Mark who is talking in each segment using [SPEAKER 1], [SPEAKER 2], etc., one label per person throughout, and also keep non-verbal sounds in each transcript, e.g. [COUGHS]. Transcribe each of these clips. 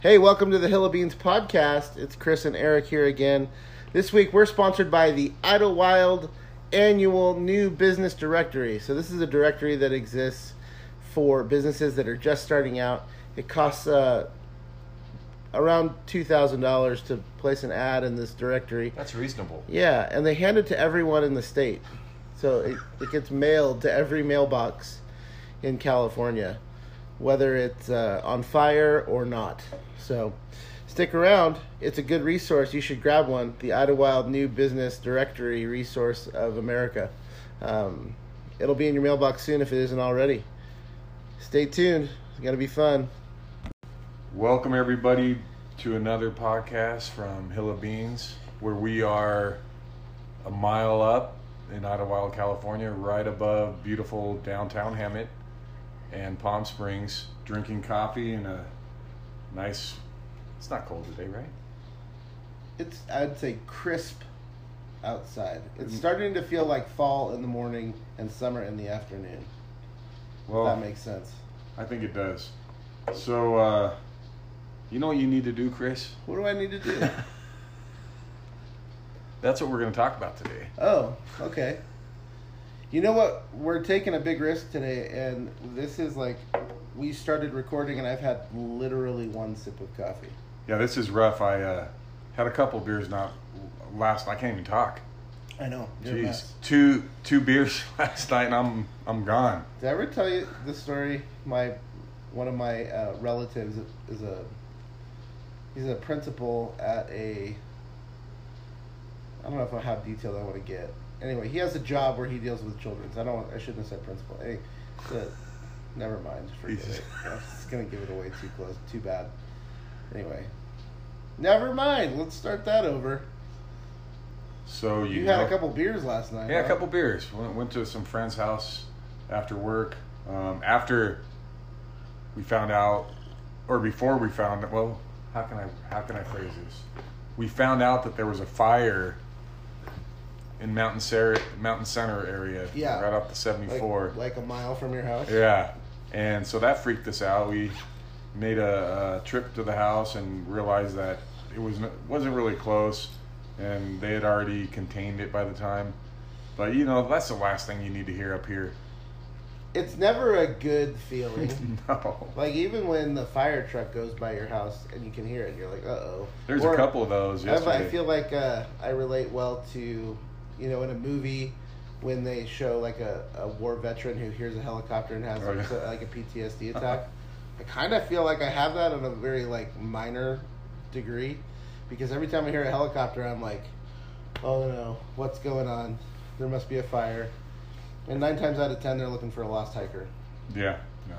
[SPEAKER 1] Hey, welcome to the Hill of Beans podcast. It's Chris and Eric here again. This week we're sponsored by the Idlewild Annual New Business Directory. So, this is a directory that exists for businesses that are just starting out. It costs uh, around $2,000 to place an ad in this directory.
[SPEAKER 2] That's reasonable.
[SPEAKER 1] Yeah, and they hand it to everyone in the state. So it, it gets mailed to every mailbox in California, whether it's uh, on fire or not. So stick around. It's a good resource. You should grab one the Idlewild New Business Directory Resource of America. Um, it'll be in your mailbox soon if it isn't already. Stay tuned. It's going to be fun.
[SPEAKER 2] Welcome everybody to another podcast from Hill of Beans, where we are a mile up in Idlewild, California, right above beautiful downtown Hemet and Palm Springs, drinking coffee in a nice. It's not cold today, right?
[SPEAKER 1] It's, I'd say, crisp outside. It's starting to feel like fall in the morning and summer in the afternoon.
[SPEAKER 2] Well,
[SPEAKER 1] that makes sense.
[SPEAKER 2] I think it does. So, uh, you know what you need to do, Chris?
[SPEAKER 1] [LAUGHS] What do I need to do?
[SPEAKER 2] That's what we're going to talk about today.
[SPEAKER 1] oh, okay. You know what? We're taking a big risk today, and this is like we started recording, and I've had literally one sip of coffee.
[SPEAKER 2] Yeah, this is rough. I uh, had a couple beers not last. I can't even talk.
[SPEAKER 1] I know. you're a
[SPEAKER 2] Jeez,
[SPEAKER 1] mess.
[SPEAKER 2] two two beers [LAUGHS] last night, and I'm I'm gone.
[SPEAKER 1] Did I ever tell you the story? My one of my uh, relatives is a he's a principal at a I don't know if I how detailed I want to get. Anyway, he has a job where he deals with children. So I don't. I shouldn't have said principal. Hey, the- never mind. Forget
[SPEAKER 2] Jesus.
[SPEAKER 1] it. I'm just gonna give it away too close. Too bad. Anyway, never mind. Let's start that over.
[SPEAKER 2] So you,
[SPEAKER 1] You had
[SPEAKER 2] know-
[SPEAKER 1] a couple beers last night.
[SPEAKER 2] yeah, a
[SPEAKER 1] huh?
[SPEAKER 2] couple beers. Went, went to some friend's house after work. Um, after we found out, or before we found well, how can I how can I phrase this? We found out that there was a fire in Mountain Center, Mountain Center area,
[SPEAKER 1] Yeah.
[SPEAKER 2] right off the seventy
[SPEAKER 1] Like,
[SPEAKER 2] four.
[SPEAKER 1] like a mile from your house.
[SPEAKER 2] Yeah, and so that freaked us out. We made a, a trip to the house and realized that it was n- wasn't really close, and they had already contained it by the time. But you know, that's the last thing you need to hear up here. [LAUGHS]
[SPEAKER 1] It's never a good feeling.
[SPEAKER 2] no,
[SPEAKER 1] Like even when the fire truck goes by your house and you can hear it, you're like, uh oh.
[SPEAKER 2] there's a couple of those yesterday.
[SPEAKER 1] I feel like uh, I relate well to, you know, in a movie when they show like a, a war veteran who hears a helicopter and has
[SPEAKER 2] Oh, yeah. Uh-huh.
[SPEAKER 1] so- like a PTSD attack. I kind of feel like I have that in a very like minor degree because every time I hear a helicopter, I'm like, oh no, what's going on? There must be a fire. And nine times out of ten, they're looking for a lost hiker.
[SPEAKER 2] yeah, yeah.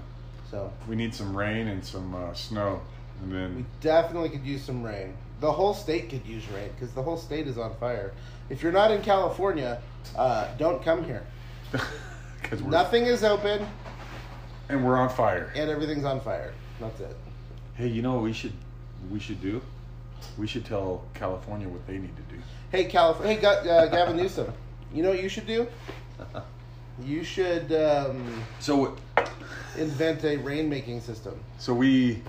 [SPEAKER 1] So
[SPEAKER 2] We need some rain and some uh, snow, and
[SPEAKER 1] We
[SPEAKER 2] then
[SPEAKER 1] definitely could use some rain. The whole state could use rain because the whole state is on fire. If you're not in California, uh, don't come here.
[SPEAKER 2] [LAUGHS] because we're
[SPEAKER 1] Nothing is open
[SPEAKER 2] and we're on fire.
[SPEAKER 1] and everything's on fire. That's it.
[SPEAKER 2] Hey, you know what we should we should do? We should tell California what they need to do.
[SPEAKER 1] Hey, California. Hey, Ga- uh, Gavin Newsom. You know what you should
[SPEAKER 2] [LAUGHS]
[SPEAKER 1] do? You should um,
[SPEAKER 2] So
[SPEAKER 1] invent a rainmaking system.
[SPEAKER 2] So we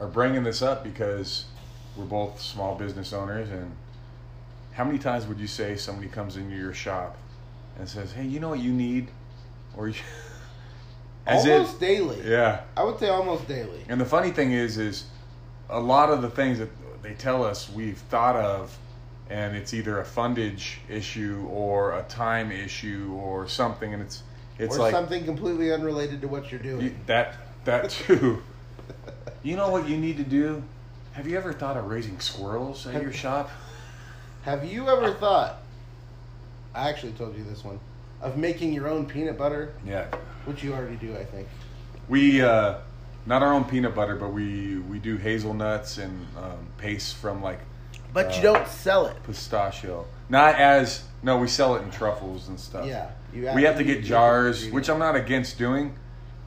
[SPEAKER 2] are bringing this up because we're both small business owners, and how many times would you say somebody comes into your shop and says, "Hey, you know what you need," or you- [LAUGHS] as
[SPEAKER 1] almost
[SPEAKER 2] if,
[SPEAKER 1] daily.
[SPEAKER 2] yeah.
[SPEAKER 1] I would say almost daily.
[SPEAKER 2] And the funny thing is, is a lot of the things that they tell us we've thought of, and it's either a fundage issue or a time issue or something, and it's it's
[SPEAKER 1] or
[SPEAKER 2] like
[SPEAKER 1] something completely unrelated to what you're doing.
[SPEAKER 2] you- that that too. You know what you need to do? Have you ever thought of raising squirrels at your shop?
[SPEAKER 1] Have you ever thought? I actually told you this one of making your own peanut butter,
[SPEAKER 2] Yeah.
[SPEAKER 1] which you already do, I think.
[SPEAKER 2] We uh, not our own peanut butter, but we we do hazelnuts and um, paste from like
[SPEAKER 1] But you
[SPEAKER 2] Uh,
[SPEAKER 1] don't sell it.
[SPEAKER 2] pistachio. Not as no, we sell it in truffles and stuff.
[SPEAKER 1] Yeah, you
[SPEAKER 2] We have to get jars, which I'm not against doing.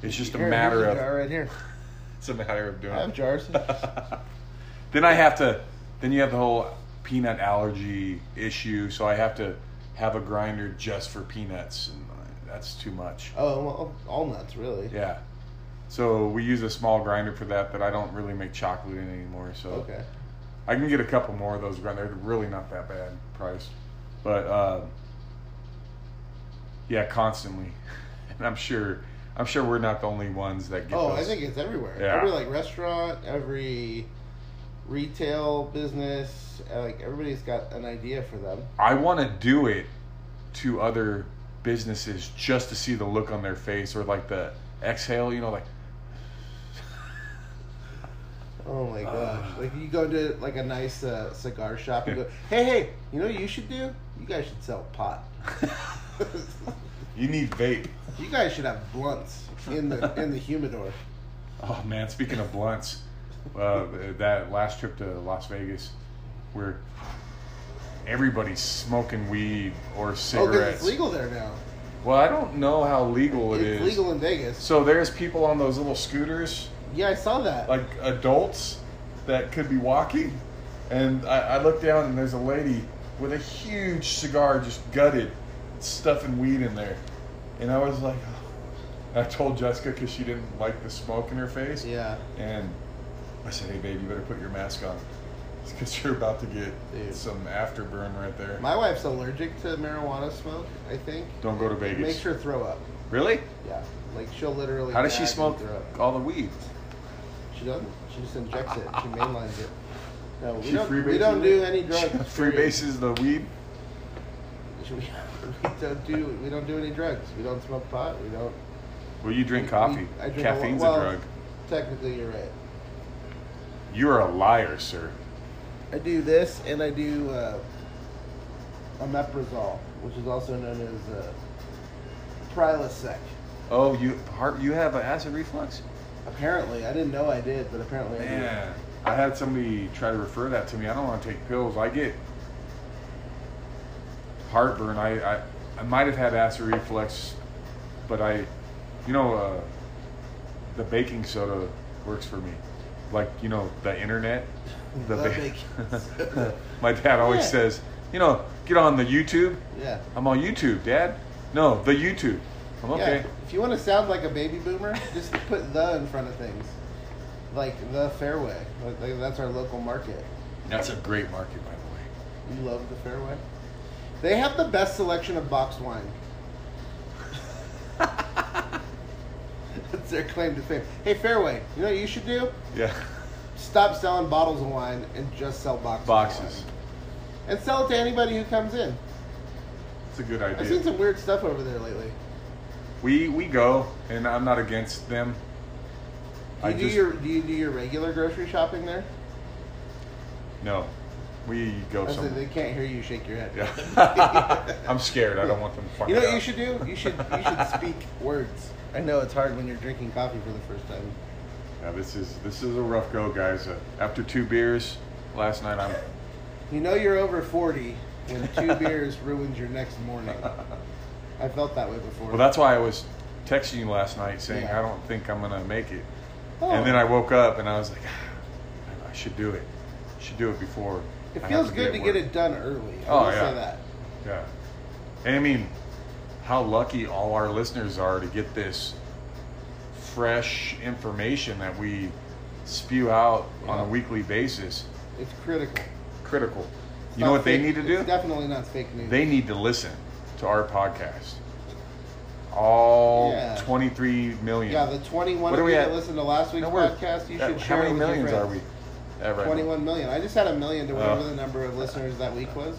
[SPEAKER 2] It's just a
[SPEAKER 1] Here,
[SPEAKER 2] matter
[SPEAKER 1] here's a
[SPEAKER 2] of
[SPEAKER 1] jar right here.
[SPEAKER 2] it's a matter of doing.
[SPEAKER 1] I have
[SPEAKER 2] [LAUGHS]
[SPEAKER 1] jars.
[SPEAKER 2] then I have to. Then you have the whole peanut allergy issue, so I have to have a grinder just for peanuts, and that's too much.
[SPEAKER 1] Oh, well, all nuts really.
[SPEAKER 2] Yeah. So we use a small grinder for that, but I don't really make chocolate in anymore. So
[SPEAKER 1] Okay.
[SPEAKER 2] I can get a couple more of those ground. They're really not that bad priced, but uh, yeah, constantly. [LAUGHS] And I'm sure, I'm sure we're not the only ones that get.
[SPEAKER 1] Oh, I
[SPEAKER 2] those.
[SPEAKER 1] think it's everywhere.
[SPEAKER 2] Yeah.
[SPEAKER 1] Every like restaurant, every retail business, uh, like everybody's got an idea for them.
[SPEAKER 2] I want to do it to other businesses just to see the look on their face or like the exhale. You
[SPEAKER 1] [LAUGHS]
[SPEAKER 2] know, like
[SPEAKER 1] Oh my
[SPEAKER 2] Uh.
[SPEAKER 1] gosh! Like you go to like a nice uh, cigar shop
[SPEAKER 2] [LAUGHS]
[SPEAKER 1] and go, hey, hey, you know what you should do? You guys should sell pot. [LAUGHS]
[SPEAKER 2] you need vape.
[SPEAKER 1] you guys should have blunts in the in the humidor.
[SPEAKER 2] Oh man, speaking of blunts, uh, that last trip to Las Vegas, where everybody's smoking weed or
[SPEAKER 1] Oh, 'cause it's
[SPEAKER 2] cigarettes.
[SPEAKER 1] legal there now.
[SPEAKER 2] Well, I don't know how legal it
[SPEAKER 1] it's
[SPEAKER 2] is.
[SPEAKER 1] legal in Vegas.
[SPEAKER 2] So there's people on those little scooters,
[SPEAKER 1] Yeah, I saw that.
[SPEAKER 2] like adults that could be walking, and I, I look down and there's a lady with a huge cigar just gutted, stuffing weed in there, and I was like, "Oh." I told Jessica because she didn't like the smoke in her face.
[SPEAKER 1] yeah.
[SPEAKER 2] And I said, hey, babe, you better put your mask on. Because you're about to get
[SPEAKER 1] Dude.
[SPEAKER 2] some afterburn right there.
[SPEAKER 1] My wife's allergic to marijuana smoke. I think
[SPEAKER 2] Don't go to
[SPEAKER 1] It
[SPEAKER 2] Vegas.
[SPEAKER 1] makes her throw up.
[SPEAKER 2] Really?
[SPEAKER 1] Yeah, like she'll literally.
[SPEAKER 2] How does she
[SPEAKER 1] gag and
[SPEAKER 2] smoke
[SPEAKER 1] Throw up.
[SPEAKER 2] all the weed?
[SPEAKER 1] She doesn't. She just injects it. She mainlines it. No, we
[SPEAKER 2] She
[SPEAKER 1] don't. We
[SPEAKER 2] freebases
[SPEAKER 1] don't
[SPEAKER 2] it?
[SPEAKER 1] do any drugs.
[SPEAKER 2] [LAUGHS] She
[SPEAKER 1] period.
[SPEAKER 2] freebases the weed?
[SPEAKER 1] Should We, [LAUGHS] we don't do. We don't do any drugs. We don't smoke pot. We don't.
[SPEAKER 2] Well, you drink
[SPEAKER 1] we-
[SPEAKER 2] coffee.
[SPEAKER 1] we- I drink a lot-
[SPEAKER 2] Caffeine's
[SPEAKER 1] well,
[SPEAKER 2] a drug.
[SPEAKER 1] Technically, you're right.
[SPEAKER 2] You're a liar, sir.
[SPEAKER 1] I do this, and I do uh, omeprazole, which is also known as uh, Prilosec.
[SPEAKER 2] Oh, you heart, you have an acid reflux?
[SPEAKER 1] Apparently, I didn't know I did, but apparently I
[SPEAKER 2] Man, I had somebody try to refer that to me. I don't want to take pills. I get heartburn. I, I, I might have had acid reflux, but I, you know, uh, the baking soda works for me. Like, you know, the internet. [LAUGHS]
[SPEAKER 1] The
[SPEAKER 2] ba-
[SPEAKER 1] baking soda.
[SPEAKER 2] [LAUGHS] My dad always
[SPEAKER 1] Yeah.
[SPEAKER 2] says, you know, get on the YouTube.
[SPEAKER 1] do. Yeah.
[SPEAKER 2] I'm on YouTube, Dad. No, the YouTube. I'm okay.
[SPEAKER 1] Yeah, if you want to sound like a baby boomer, just put the in front of things. Like the fairway. Like, like, that's our local market.
[SPEAKER 2] That's a great market, by the way.
[SPEAKER 1] You love the fairway? They have the best selection of boxed
[SPEAKER 2] [LAUGHS]
[SPEAKER 1] wine. That's their claim to fame. Hey, Fairway, you know what you should do?
[SPEAKER 2] Yeah.
[SPEAKER 1] Stop selling bottles of wine and just sell boxes. of
[SPEAKER 2] Boxes.
[SPEAKER 1] wine. And sell it to anybody who comes in.
[SPEAKER 2] It's a good
[SPEAKER 1] I've
[SPEAKER 2] idea.
[SPEAKER 1] seen some weird stuff over there lately.
[SPEAKER 2] We we go, and I'm not against them.
[SPEAKER 1] Do you, do, your, do you do your regular grocery shopping there?
[SPEAKER 2] no. We go
[SPEAKER 1] I said they
[SPEAKER 2] somewhere.
[SPEAKER 1] can't hear you shake your head. [LAUGHS]
[SPEAKER 2] Yeah. I'm scared. I don't want them to find
[SPEAKER 1] You know what
[SPEAKER 2] out.
[SPEAKER 1] you should do? You should you
[SPEAKER 2] [LAUGHS]
[SPEAKER 1] should speak words. I know it's hard when you're drinking coffee for the first time.
[SPEAKER 2] Yeah, this is this is a rough go, guys. Uh, after two beers last night, I'm.
[SPEAKER 1] You know you're over 40 when
[SPEAKER 2] [LAUGHS]
[SPEAKER 1] two beers ruins your next morning. I felt that way before.
[SPEAKER 2] Well, that's why I was texting you last night saying
[SPEAKER 1] Yeah.
[SPEAKER 2] I don't think I'm gonna make it,
[SPEAKER 1] Oh.
[SPEAKER 2] and then I woke up and I was like, "Ah, I should do it. Should do it before.
[SPEAKER 1] It
[SPEAKER 2] I have
[SPEAKER 1] feels
[SPEAKER 2] be
[SPEAKER 1] good
[SPEAKER 2] at
[SPEAKER 1] to
[SPEAKER 2] work."
[SPEAKER 1] get it done early. I
[SPEAKER 2] Oh,
[SPEAKER 1] will
[SPEAKER 2] yeah.
[SPEAKER 1] say that.
[SPEAKER 2] Yeah. And I mean, how lucky all our listeners are to get this fresh information that we spew out on a
[SPEAKER 1] Yeah.
[SPEAKER 2] weekly basis.
[SPEAKER 1] It's critical.
[SPEAKER 2] Critical.
[SPEAKER 1] It's
[SPEAKER 2] You know
[SPEAKER 1] not
[SPEAKER 2] what they
[SPEAKER 1] Uh, fake-
[SPEAKER 2] need to do?
[SPEAKER 1] It's definitely not fake news.
[SPEAKER 2] They need to listen to our podcast. All
[SPEAKER 1] Yeah.
[SPEAKER 2] 23 million.
[SPEAKER 1] yeah, the 21
[SPEAKER 2] What
[SPEAKER 1] of
[SPEAKER 2] are
[SPEAKER 1] you
[SPEAKER 2] we
[SPEAKER 1] that
[SPEAKER 2] at?
[SPEAKER 1] listened to last week's
[SPEAKER 2] No, we're-
[SPEAKER 1] podcast, you
[SPEAKER 2] that-
[SPEAKER 1] should share
[SPEAKER 2] How many
[SPEAKER 1] it with your
[SPEAKER 2] millions are we
[SPEAKER 1] friends.
[SPEAKER 2] at right now?
[SPEAKER 1] 21 million. I just had a million to
[SPEAKER 2] Oh.
[SPEAKER 1] whatever the number of listeners that week was.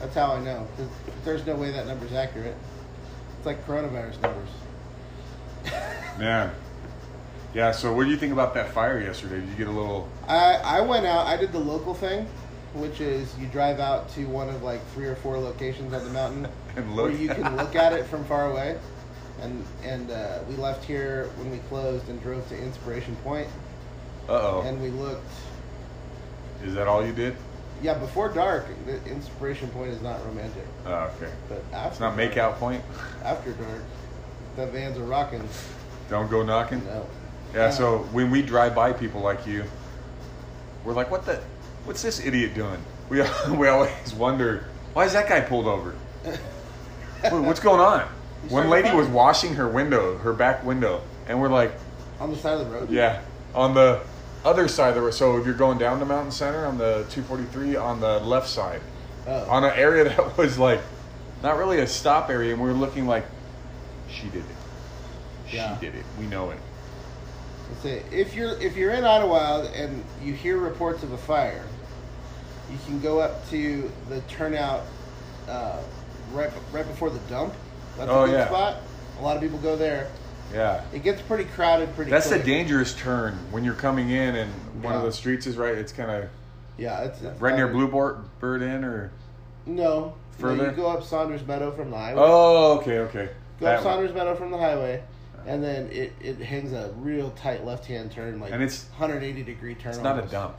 [SPEAKER 1] That's how I know. 'cause there's no way that number's accurate. It's like coronavirus numbers.
[SPEAKER 2] Man. Yeah, so what do you think about that fire yesterday? Did you get a little.
[SPEAKER 1] I, I went out, I did the local thing, which is you drive out to one of like three or four locations on the
[SPEAKER 2] [LAUGHS]
[SPEAKER 1] mountain
[SPEAKER 2] And look.
[SPEAKER 1] where you can look at it from far away. And, and uh, we left here when we closed and drove to Inspiration Point,
[SPEAKER 2] Uh oh.
[SPEAKER 1] and we looked.
[SPEAKER 2] Is that all you did?
[SPEAKER 1] Yeah, before dark, the Inspiration Point is not romantic,
[SPEAKER 2] Oh, okay.
[SPEAKER 1] but after
[SPEAKER 2] It's not make
[SPEAKER 1] dark-
[SPEAKER 2] out point.
[SPEAKER 1] after dark. The vans are rocking.
[SPEAKER 2] Don't go knocking.
[SPEAKER 1] No.
[SPEAKER 2] [LAUGHS] Yeah, so when we drive by people like you, we're like, what the, what's this idiot doing? [LAUGHS] We, we always wonder, why is that guy pulled over? What- What's going on?
[SPEAKER 1] He's
[SPEAKER 2] One
[SPEAKER 1] driving
[SPEAKER 2] lady
[SPEAKER 1] by.
[SPEAKER 2] was washing her window, her back window, and we're like,
[SPEAKER 1] Uh, on the side of the road.
[SPEAKER 2] Yeah, on the other side of the road. So if you're going down to Mountain Center on the 243 on the left side,
[SPEAKER 1] Oh.
[SPEAKER 2] on an area [LAUGHS] that was like not really a stop area, and we were looking like she did it. She
[SPEAKER 1] Yeah.
[SPEAKER 2] did it. We know it.
[SPEAKER 1] That's it. If you're if you're in Ottawa and you hear reports of a fire, you can go up to the turnout uh, right right before the dump. That's
[SPEAKER 2] Oh,
[SPEAKER 1] a good
[SPEAKER 2] yeah.
[SPEAKER 1] spot. A lot of people go there.
[SPEAKER 2] Yeah.
[SPEAKER 1] It gets pretty crowded pretty.
[SPEAKER 2] That's
[SPEAKER 1] quick.
[SPEAKER 2] a dangerous turn when you're coming in and one of
[SPEAKER 1] Yeah.
[SPEAKER 2] the streets is right. It's kind of
[SPEAKER 1] Yeah, it's, it's
[SPEAKER 2] right near
[SPEAKER 1] crowded.
[SPEAKER 2] Blue Bor- Bird Inn or.
[SPEAKER 1] No, no,
[SPEAKER 2] Further?
[SPEAKER 1] you go up Saunders Meadow from the highway.
[SPEAKER 2] Oh, okay, okay.
[SPEAKER 1] go up
[SPEAKER 2] That one.
[SPEAKER 1] Saunders Meadow from the highway, and then it, it hangs a real tight left hand turn, like
[SPEAKER 2] And it's-
[SPEAKER 1] 180 degree turn.
[SPEAKER 2] It's not a
[SPEAKER 1] almost.
[SPEAKER 2] dump.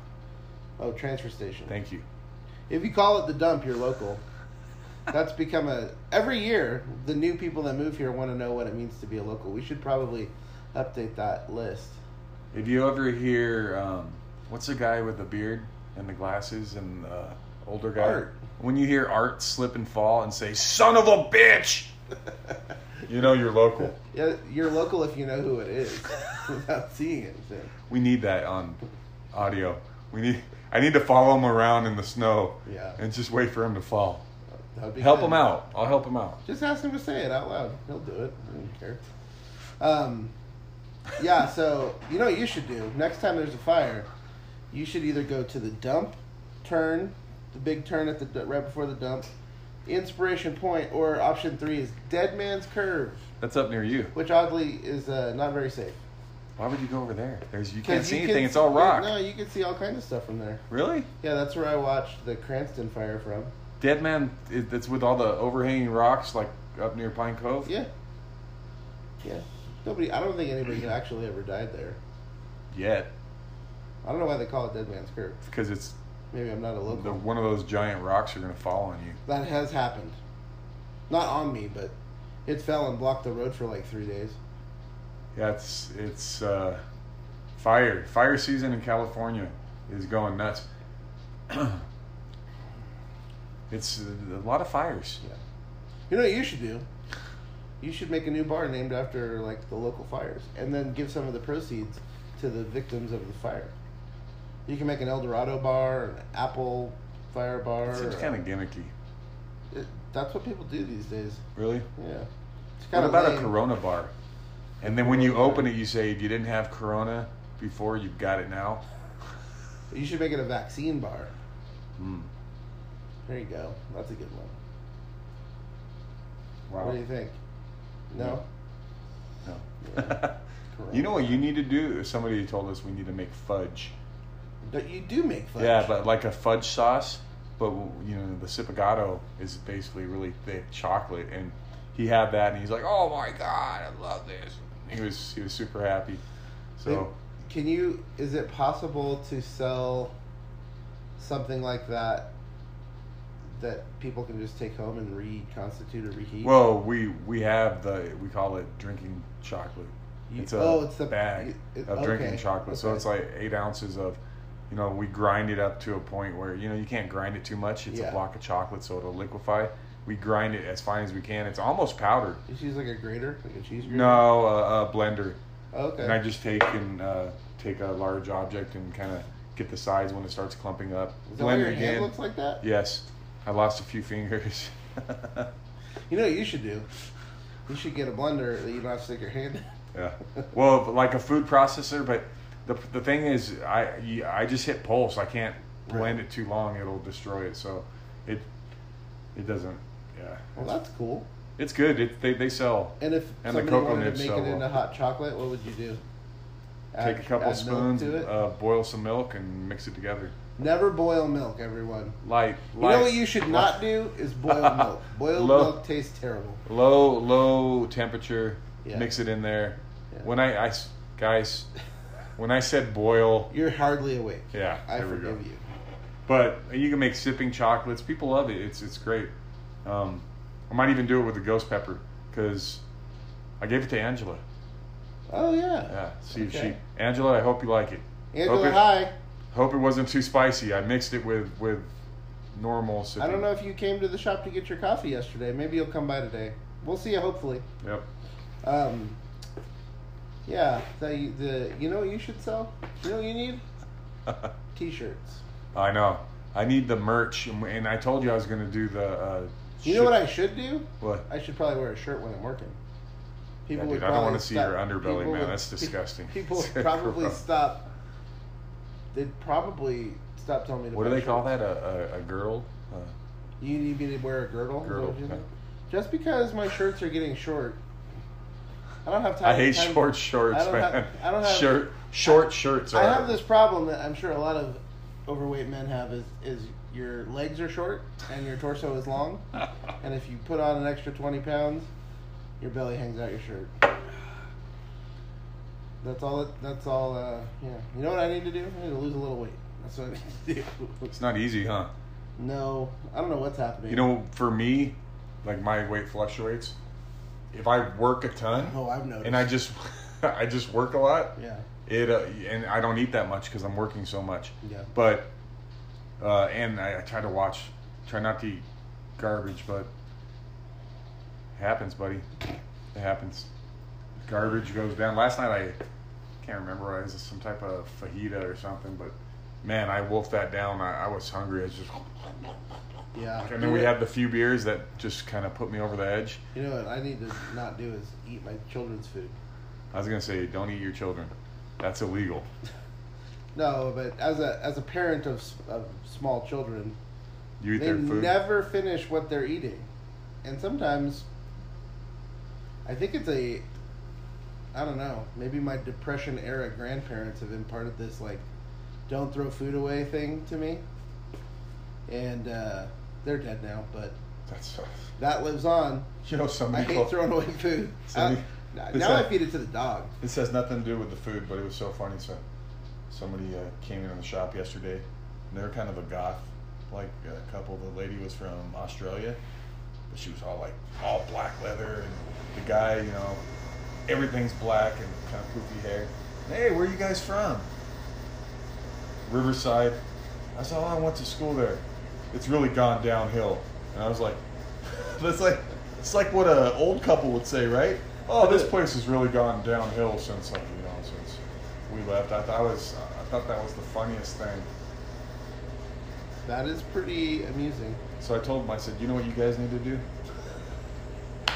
[SPEAKER 1] Oh, transfer station.
[SPEAKER 2] Thank you.
[SPEAKER 1] If you call it the dump, you're local. That's become a every year. The new people that move here want to know what it means to be a local. We should probably update that list.
[SPEAKER 2] If you ever hear, um, what's the guy with the beard and the glasses and the older guy?
[SPEAKER 1] Art.
[SPEAKER 2] When you hear Art slip and fall and say, son of a bitch, [LAUGHS] you know you're local.
[SPEAKER 1] Yeah, you're local if you know who it is [LAUGHS] without seeing it. so.
[SPEAKER 2] We need that on audio. We need. I need to follow him around in the snow
[SPEAKER 1] Yeah,
[SPEAKER 2] and just wait for him to fall.
[SPEAKER 1] that would be
[SPEAKER 2] Help
[SPEAKER 1] good.
[SPEAKER 2] him out. I'll help him out.
[SPEAKER 1] Just ask him to say it out loud. He'll do it. I don't care. Um, yeah. So you know what you should do next time there's a fire. You should either go to the dump, turn, the big turn at the du- right before the dump, inspiration point, or option three is Dead Man's Curve,
[SPEAKER 2] That's up near you.
[SPEAKER 1] which oddly is uh, not very safe.
[SPEAKER 2] Why would you go over there? There's you
[SPEAKER 1] 'Cause
[SPEAKER 2] can't see
[SPEAKER 1] you
[SPEAKER 2] anything.
[SPEAKER 1] can-
[SPEAKER 2] it's all rock.
[SPEAKER 1] No, you can see all kinds of stuff from there.
[SPEAKER 2] Really?
[SPEAKER 1] Yeah, that's where I watched the Cranston fire from.
[SPEAKER 2] Dead man. it- That's with all the overhanging rocks, like up near Pine Cove.
[SPEAKER 1] Yeah. Yeah. Nobody. I don't think anybody actually ever died there.
[SPEAKER 2] Yet.
[SPEAKER 1] I don't know why they call it Dead Man's Curve.
[SPEAKER 2] because it's
[SPEAKER 1] Maybe I'm not a local.
[SPEAKER 2] the, one of those giant rocks are going to fall on you.
[SPEAKER 1] That has happened. Not on me, but it fell and blocked the road for like three days.
[SPEAKER 2] Yeah, it's it's uh, fire. Fire season in California is going nuts. [CLEARS THROAT] it's a lot of fires.
[SPEAKER 1] You know what you should do? You should make a new bar named after like the local fires, and then give some of the proceeds to the victims of the fire. You can make an El Dorado bar, an Apple Fire bar.
[SPEAKER 2] It seems
[SPEAKER 1] or-
[SPEAKER 2] kind of gimmicky.
[SPEAKER 1] It- that's what people do these days.
[SPEAKER 2] Really?
[SPEAKER 1] Yeah. It's
[SPEAKER 2] What
[SPEAKER 1] kinda
[SPEAKER 2] about a
[SPEAKER 1] lame.
[SPEAKER 2] Corona bar? And then when you open it, you say if you didn't have Corona before, you've got it now.
[SPEAKER 1] You should make it a vaccine bar.
[SPEAKER 2] Mm.
[SPEAKER 1] There you go. That's a good one.
[SPEAKER 2] Wow.
[SPEAKER 1] What do you think? No.
[SPEAKER 2] No. [LAUGHS] you know what you need to do? Somebody told us we need to make fudge.
[SPEAKER 1] But you do make fudge.
[SPEAKER 2] Yeah, but like a fudge sauce, but you know the cipigato is basically really thick chocolate, and he had that, and he's like, "Oh my god, I love this." He was he was super happy. So
[SPEAKER 1] can you? Is it possible to sell something like that that people can just take home and reconstitute or reheat?
[SPEAKER 2] well, we we have the we call it drinking chocolate.
[SPEAKER 1] You-
[SPEAKER 2] It's a
[SPEAKER 1] oh, it's the
[SPEAKER 2] bag
[SPEAKER 1] it-
[SPEAKER 2] of
[SPEAKER 1] okay,
[SPEAKER 2] drinking chocolate, so
[SPEAKER 1] okay.
[SPEAKER 2] it's like eight ounces of. You know, we grind it up to a point where you know you can't grind it too much. It's
[SPEAKER 1] Yeah.
[SPEAKER 2] a block of chocolate, so it'll liquefy. We grind it as fine as we can. It's almost powder.
[SPEAKER 1] You should use like a grater, like a cheese grater.
[SPEAKER 2] No, a, a blender.
[SPEAKER 1] Okay.
[SPEAKER 2] And I just take and uh, take a large object and kind of get the sides when it starts clumping up.
[SPEAKER 1] is that why
[SPEAKER 2] Blend
[SPEAKER 1] your
[SPEAKER 2] it
[SPEAKER 1] hand
[SPEAKER 2] in.
[SPEAKER 1] looks like that?
[SPEAKER 2] Yes, I lost a few fingers. [LAUGHS]
[SPEAKER 1] You know what you should do? You should get a blender that you don't have to stick your hand in.
[SPEAKER 2] yeah. Well, but like a food processor, but the, the thing is, I you- I just hit pulse. I can't blend it too long; it'll destroy it. So, it it doesn't. Yeah,
[SPEAKER 1] Well, that's cool.
[SPEAKER 2] it's good. It, they they sell.
[SPEAKER 1] And if
[SPEAKER 2] And the
[SPEAKER 1] somebody
[SPEAKER 2] cocoa
[SPEAKER 1] wanted to
[SPEAKER 2] nibs
[SPEAKER 1] make
[SPEAKER 2] sell
[SPEAKER 1] it into
[SPEAKER 2] well.
[SPEAKER 1] hot chocolate, what would you do?
[SPEAKER 2] Take a couple
[SPEAKER 1] add milk
[SPEAKER 2] spoons,
[SPEAKER 1] to it.
[SPEAKER 2] uh, boil some milk, and mix it together.
[SPEAKER 1] Never boil milk, everyone.
[SPEAKER 2] Light,
[SPEAKER 1] You
[SPEAKER 2] light.
[SPEAKER 1] know what you should not do is
[SPEAKER 2] [LAUGHS]
[SPEAKER 1] boil milk. Boiled
[SPEAKER 2] Low-
[SPEAKER 1] milk tastes terrible.
[SPEAKER 2] low low temperature
[SPEAKER 1] Yeah.
[SPEAKER 2] mix it in there
[SPEAKER 1] Yeah.
[SPEAKER 2] when I, I s- guys when i said boil
[SPEAKER 1] You're hardly awake.
[SPEAKER 2] yeah
[SPEAKER 1] I
[SPEAKER 2] there we go
[SPEAKER 1] forgive you.
[SPEAKER 2] but you can make sipping chocolates people love it it's it's great um, i might even do it with the ghost pepper because i gave it to angela
[SPEAKER 1] Oh yeah.
[SPEAKER 2] yeah see if
[SPEAKER 1] Okay.
[SPEAKER 2] she angela i hope you like it
[SPEAKER 1] Angela,
[SPEAKER 2] Okay.
[SPEAKER 1] hi.
[SPEAKER 2] hope it wasn't too spicy i mixed it with with normal sipping.
[SPEAKER 1] I don't know if you came to the shop to get your coffee yesterday. Maybe you'll come by today. We'll see you hopefully.
[SPEAKER 2] yep
[SPEAKER 1] Um, Yeah, the, the you know what you should sell? You know what you need? T-shirts.
[SPEAKER 2] [LAUGHS] I know. I need the merch, and- and I told you I was going to do the. Uh,
[SPEAKER 1] You know what I should do?
[SPEAKER 2] What?
[SPEAKER 1] I should probably wear a shirt when I'm working.
[SPEAKER 2] Yeah, dude, I don't
[SPEAKER 1] probably
[SPEAKER 2] want to see
[SPEAKER 1] stop-
[SPEAKER 2] your
[SPEAKER 1] [LAUGHS]
[SPEAKER 2] underbelly,
[SPEAKER 1] people
[SPEAKER 2] man.
[SPEAKER 1] would-
[SPEAKER 2] That's disgusting. [LAUGHS]
[SPEAKER 1] People would probably stop. They'd probably stop telling me to.
[SPEAKER 2] What do
[SPEAKER 1] buy
[SPEAKER 2] they call
[SPEAKER 1] shirts.
[SPEAKER 2] that? A, a, a girl? Uh,
[SPEAKER 1] You need me to wear a girdle. is that
[SPEAKER 2] Girdle,
[SPEAKER 1] what you
[SPEAKER 2] yeah.
[SPEAKER 1] think? Just because my shirts are getting short, I don't have time.
[SPEAKER 2] I hate
[SPEAKER 1] time-
[SPEAKER 2] short shorts,
[SPEAKER 1] I don't
[SPEAKER 2] man.
[SPEAKER 1] have- I don't have-
[SPEAKER 2] Shirt, short shirts. Are,
[SPEAKER 1] I have this problem that I'm sure a lot of overweight men have is is your legs are short and your torso is
[SPEAKER 2] [LAUGHS]
[SPEAKER 1] long, and if you put on an extra twenty pounds, your belly hangs out your shirt. That's all. It, that's all. Uh, yeah. You know what I need to do? I need to lose a little weight. That's what I need to do. [LAUGHS]
[SPEAKER 2] It's not easy, huh?
[SPEAKER 1] no, I don't know what's happening.
[SPEAKER 2] You know, for me, like my weight fluctuates. If I work a ton,
[SPEAKER 1] Oh, I've noticed.
[SPEAKER 2] and I just, [LAUGHS] I just work a lot.
[SPEAKER 1] Yeah.
[SPEAKER 2] It uh, and I don't eat that much because I'm working so much.
[SPEAKER 1] Yeah.
[SPEAKER 2] But uh, and I, I try to watch, try not to eat garbage, but it happens, buddy. It happens. Garbage goes down. Last night I can't remember. what It was some type of fajita or something, but man, I wolfed that down. I, I was hungry. I was just
[SPEAKER 1] Yeah.
[SPEAKER 2] and then we had the few beers that just kind of put me over the edge.
[SPEAKER 1] You know what I need to not do is eat my children's food.
[SPEAKER 2] I was gonna say, don't eat your children. That's illegal.
[SPEAKER 1] No, but as a as a parent of s- of small children,
[SPEAKER 2] You eat
[SPEAKER 1] they
[SPEAKER 2] their food.
[SPEAKER 1] never finish what they're eating, and sometimes I think it's a I don't know. Maybe my depression era grandparents have imparted this like don't throw food away thing to me, and uh, they're dead now, but
[SPEAKER 2] That's
[SPEAKER 1] that lives on.
[SPEAKER 2] you know some
[SPEAKER 1] I
[SPEAKER 2] people.
[SPEAKER 1] hate throwing away
[SPEAKER 2] [LAUGHS]
[SPEAKER 1] food.
[SPEAKER 2] So
[SPEAKER 1] I,
[SPEAKER 2] you- is
[SPEAKER 1] now I
[SPEAKER 2] that-
[SPEAKER 1] feed it to the dog.
[SPEAKER 2] This has nothing to do with the food, but it was so funny. So, somebody uh, came in on the shop yesterday, and they were kind of a goth, like uh, couple. The lady was from Australia, but she was all like all black leather, and the guy, you know, everything's black and kind of poofy hair. Hey, where are you guys from? Riverside. I said, oh, I went to school there. It's really gone downhill. And I was like, [LAUGHS] that's like, it's like what an old couple would say, right? Oh, this place has really gone downhill since, like, you know, since we left. I, thought I was, I thought that was the funniest thing.
[SPEAKER 1] That is pretty amusing.
[SPEAKER 2] So I told him, I said, you know what you guys need to do?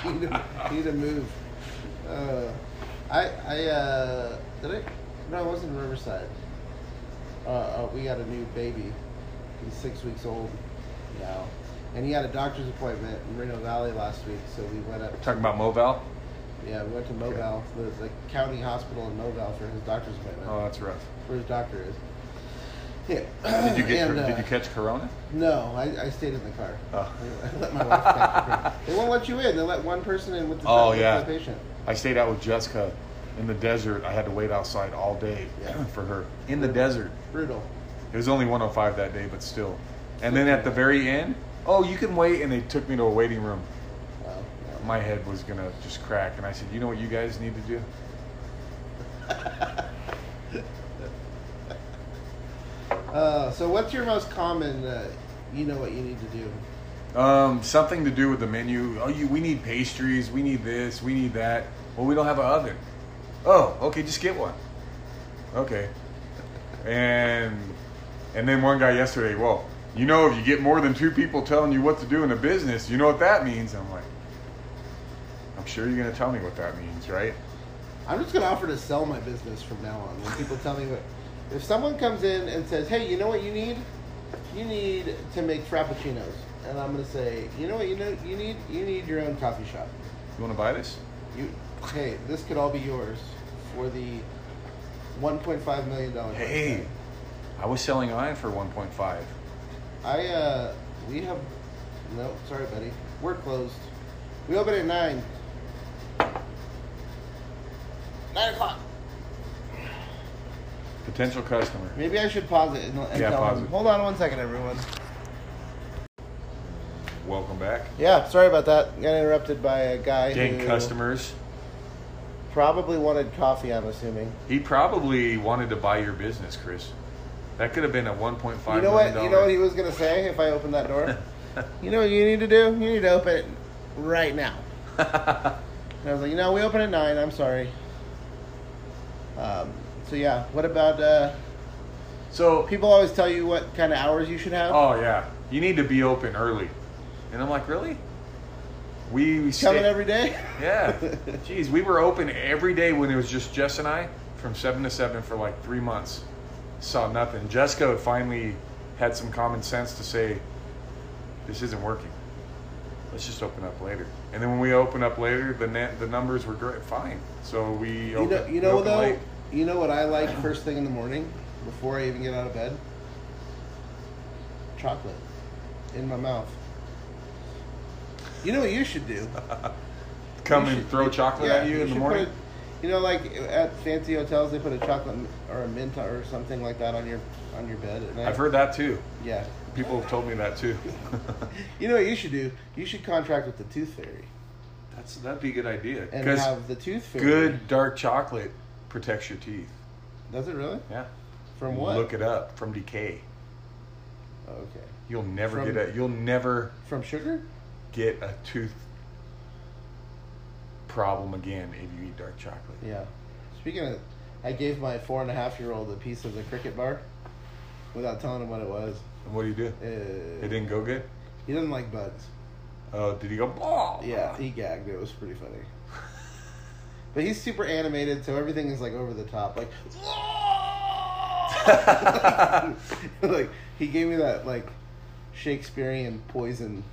[SPEAKER 1] need to, need to move. Uh, I I uh, did I? No, I wasn't in Riverside. Uh, uh, we got a new baby. He's six weeks old now, and he had a doctor's appointment in Reno Valley last week. So we went up.
[SPEAKER 2] Talking about Mobile?
[SPEAKER 1] Yeah, we went to Mobile, the, the county hospital in Mobile, for his doctor's appointment.
[SPEAKER 2] Oh, that's rough.
[SPEAKER 1] where his doctor is. Yeah.
[SPEAKER 2] Did you get?
[SPEAKER 1] And, uh,
[SPEAKER 2] did you catch Corona?
[SPEAKER 1] No, I, I stayed in the car. [LAUGHS]
[SPEAKER 2] Oh.
[SPEAKER 1] I let my wife back. They won't let you in. They let one person in with the,
[SPEAKER 2] Oh,
[SPEAKER 1] with
[SPEAKER 2] yeah.
[SPEAKER 1] the patient.
[SPEAKER 2] I stayed out with Jessica in the desert. I had to wait outside all day
[SPEAKER 1] Yeah.
[SPEAKER 2] [CLEARS THROAT] for her in the desert.
[SPEAKER 1] Brutal.
[SPEAKER 2] It was only 105 that day, but still. And then at the very end, oh, you can wait, and they took me to a waiting room.
[SPEAKER 1] Wow.
[SPEAKER 2] My head was gonna just crack, and I said, "You know what you guys need to do?
[SPEAKER 1] Uh, so, what's your most common? Uh, you know what you need to do.
[SPEAKER 2] Um, something to do with the menu. Oh, you, we need pastries. We need this. We need that. Well, we don't have an oven. Oh, okay, just get one. Okay. And and then one guy yesterday. Well, you know, if you get more than two people telling you what to do in a business, you know what that means. I'm like, I'm sure you're gonna tell me what that means, right?
[SPEAKER 1] I'm just gonna offer to sell my business from now on. When people tell me what, if someone comes in and says, "Hey, you know what you need? You need to make frappuccinos," and I'm gonna say, "You know what you know you need? You need your own coffee shop."
[SPEAKER 2] You want to buy this?
[SPEAKER 1] You, hey, this could all be yours for the 1.5 million dollars.
[SPEAKER 2] Hey, I was selling mine for 1.5.
[SPEAKER 1] I uh, we have no, sorry, buddy, we're closed. We open at nine. Nine o'clock.
[SPEAKER 2] Potential customer.
[SPEAKER 1] Maybe I should pause it and, and
[SPEAKER 2] Yeah,
[SPEAKER 1] tell
[SPEAKER 2] pause
[SPEAKER 1] him.
[SPEAKER 2] it.
[SPEAKER 1] Hold on one second, everyone.
[SPEAKER 2] Welcome back.
[SPEAKER 1] Yeah, sorry about that. Got interrupted by a guy
[SPEAKER 2] Dang
[SPEAKER 1] who
[SPEAKER 2] customers.
[SPEAKER 1] probably wanted coffee. I'm assuming.
[SPEAKER 2] He probably wanted to buy your business, Chris. That could have been a one point five.
[SPEAKER 1] you know what? You know what he was gonna say if I opened that
[SPEAKER 2] [LAUGHS]
[SPEAKER 1] door. you know what you need to do? You need to open it
[SPEAKER 2] [LAUGHS]
[SPEAKER 1] right now. And I was like, you know, we open at nine. I'm sorry. Um, so yeah, what about uh,
[SPEAKER 2] So
[SPEAKER 1] people always tell you what kind of hours you should have?
[SPEAKER 2] Oh yeah, you need to be open early. And I'm like, really? We,
[SPEAKER 1] Coming
[SPEAKER 2] we stay-
[SPEAKER 1] every day?
[SPEAKER 2] Yeah. Jeez, we were open every day when it was just Jess and I from seven to seven for like three months. Saw nothing. Jessica finally had some common sense to say, this isn't working. Let's just open up later. And then when we open up later, the net, the numbers were great, fine. So
[SPEAKER 1] [LAUGHS]
[SPEAKER 2] we
[SPEAKER 1] you know,
[SPEAKER 2] open,
[SPEAKER 1] you know
[SPEAKER 2] we open
[SPEAKER 1] though,
[SPEAKER 2] late.
[SPEAKER 1] you know what I like first thing in the morning before I even get out of bed? Chocolate in my mouth. You know what you should do?
[SPEAKER 2] come
[SPEAKER 1] You
[SPEAKER 2] and
[SPEAKER 1] should-
[SPEAKER 2] throw chocolate
[SPEAKER 1] yeah,
[SPEAKER 2] at you in the
[SPEAKER 1] should
[SPEAKER 2] morning.
[SPEAKER 1] put a- you know, like at fancy hotels, they put a chocolate m- or a mint or something like that on your on your bed. At night.
[SPEAKER 2] I've heard that too.
[SPEAKER 1] Yeah.
[SPEAKER 2] People have told me that
[SPEAKER 1] [LAUGHS]
[SPEAKER 2] too.
[SPEAKER 1] You know what you should do? You should contract with the Tooth Fairy
[SPEAKER 2] That's that'd be a good idea
[SPEAKER 1] and
[SPEAKER 2] because
[SPEAKER 1] have the Tooth Fairy.
[SPEAKER 2] good dark chocolate protects your teeth.
[SPEAKER 1] Does it really?
[SPEAKER 2] Yeah.
[SPEAKER 1] From what?
[SPEAKER 2] Look it up from decay.
[SPEAKER 1] okay.
[SPEAKER 2] You'll never
[SPEAKER 1] From-
[SPEAKER 2] get a you'll never
[SPEAKER 1] From sugar?
[SPEAKER 2] get a tooth problem again if you eat dark chocolate.
[SPEAKER 1] Yeah. Speaking of, I gave my four and a half year old a piece of the cricket bar without telling him what it was.
[SPEAKER 2] And what do you do?
[SPEAKER 1] Uh,
[SPEAKER 2] It didn't go good.
[SPEAKER 1] He doesn't like buds.
[SPEAKER 2] Oh, did he go? "Bah!"
[SPEAKER 1] Yeah, he gagged. It was pretty funny. But he's super animated, so everything is like over the top.
[SPEAKER 2] [LAUGHS]
[SPEAKER 1] Like, [LAUGHS] like he gave me that like Shakespearean poison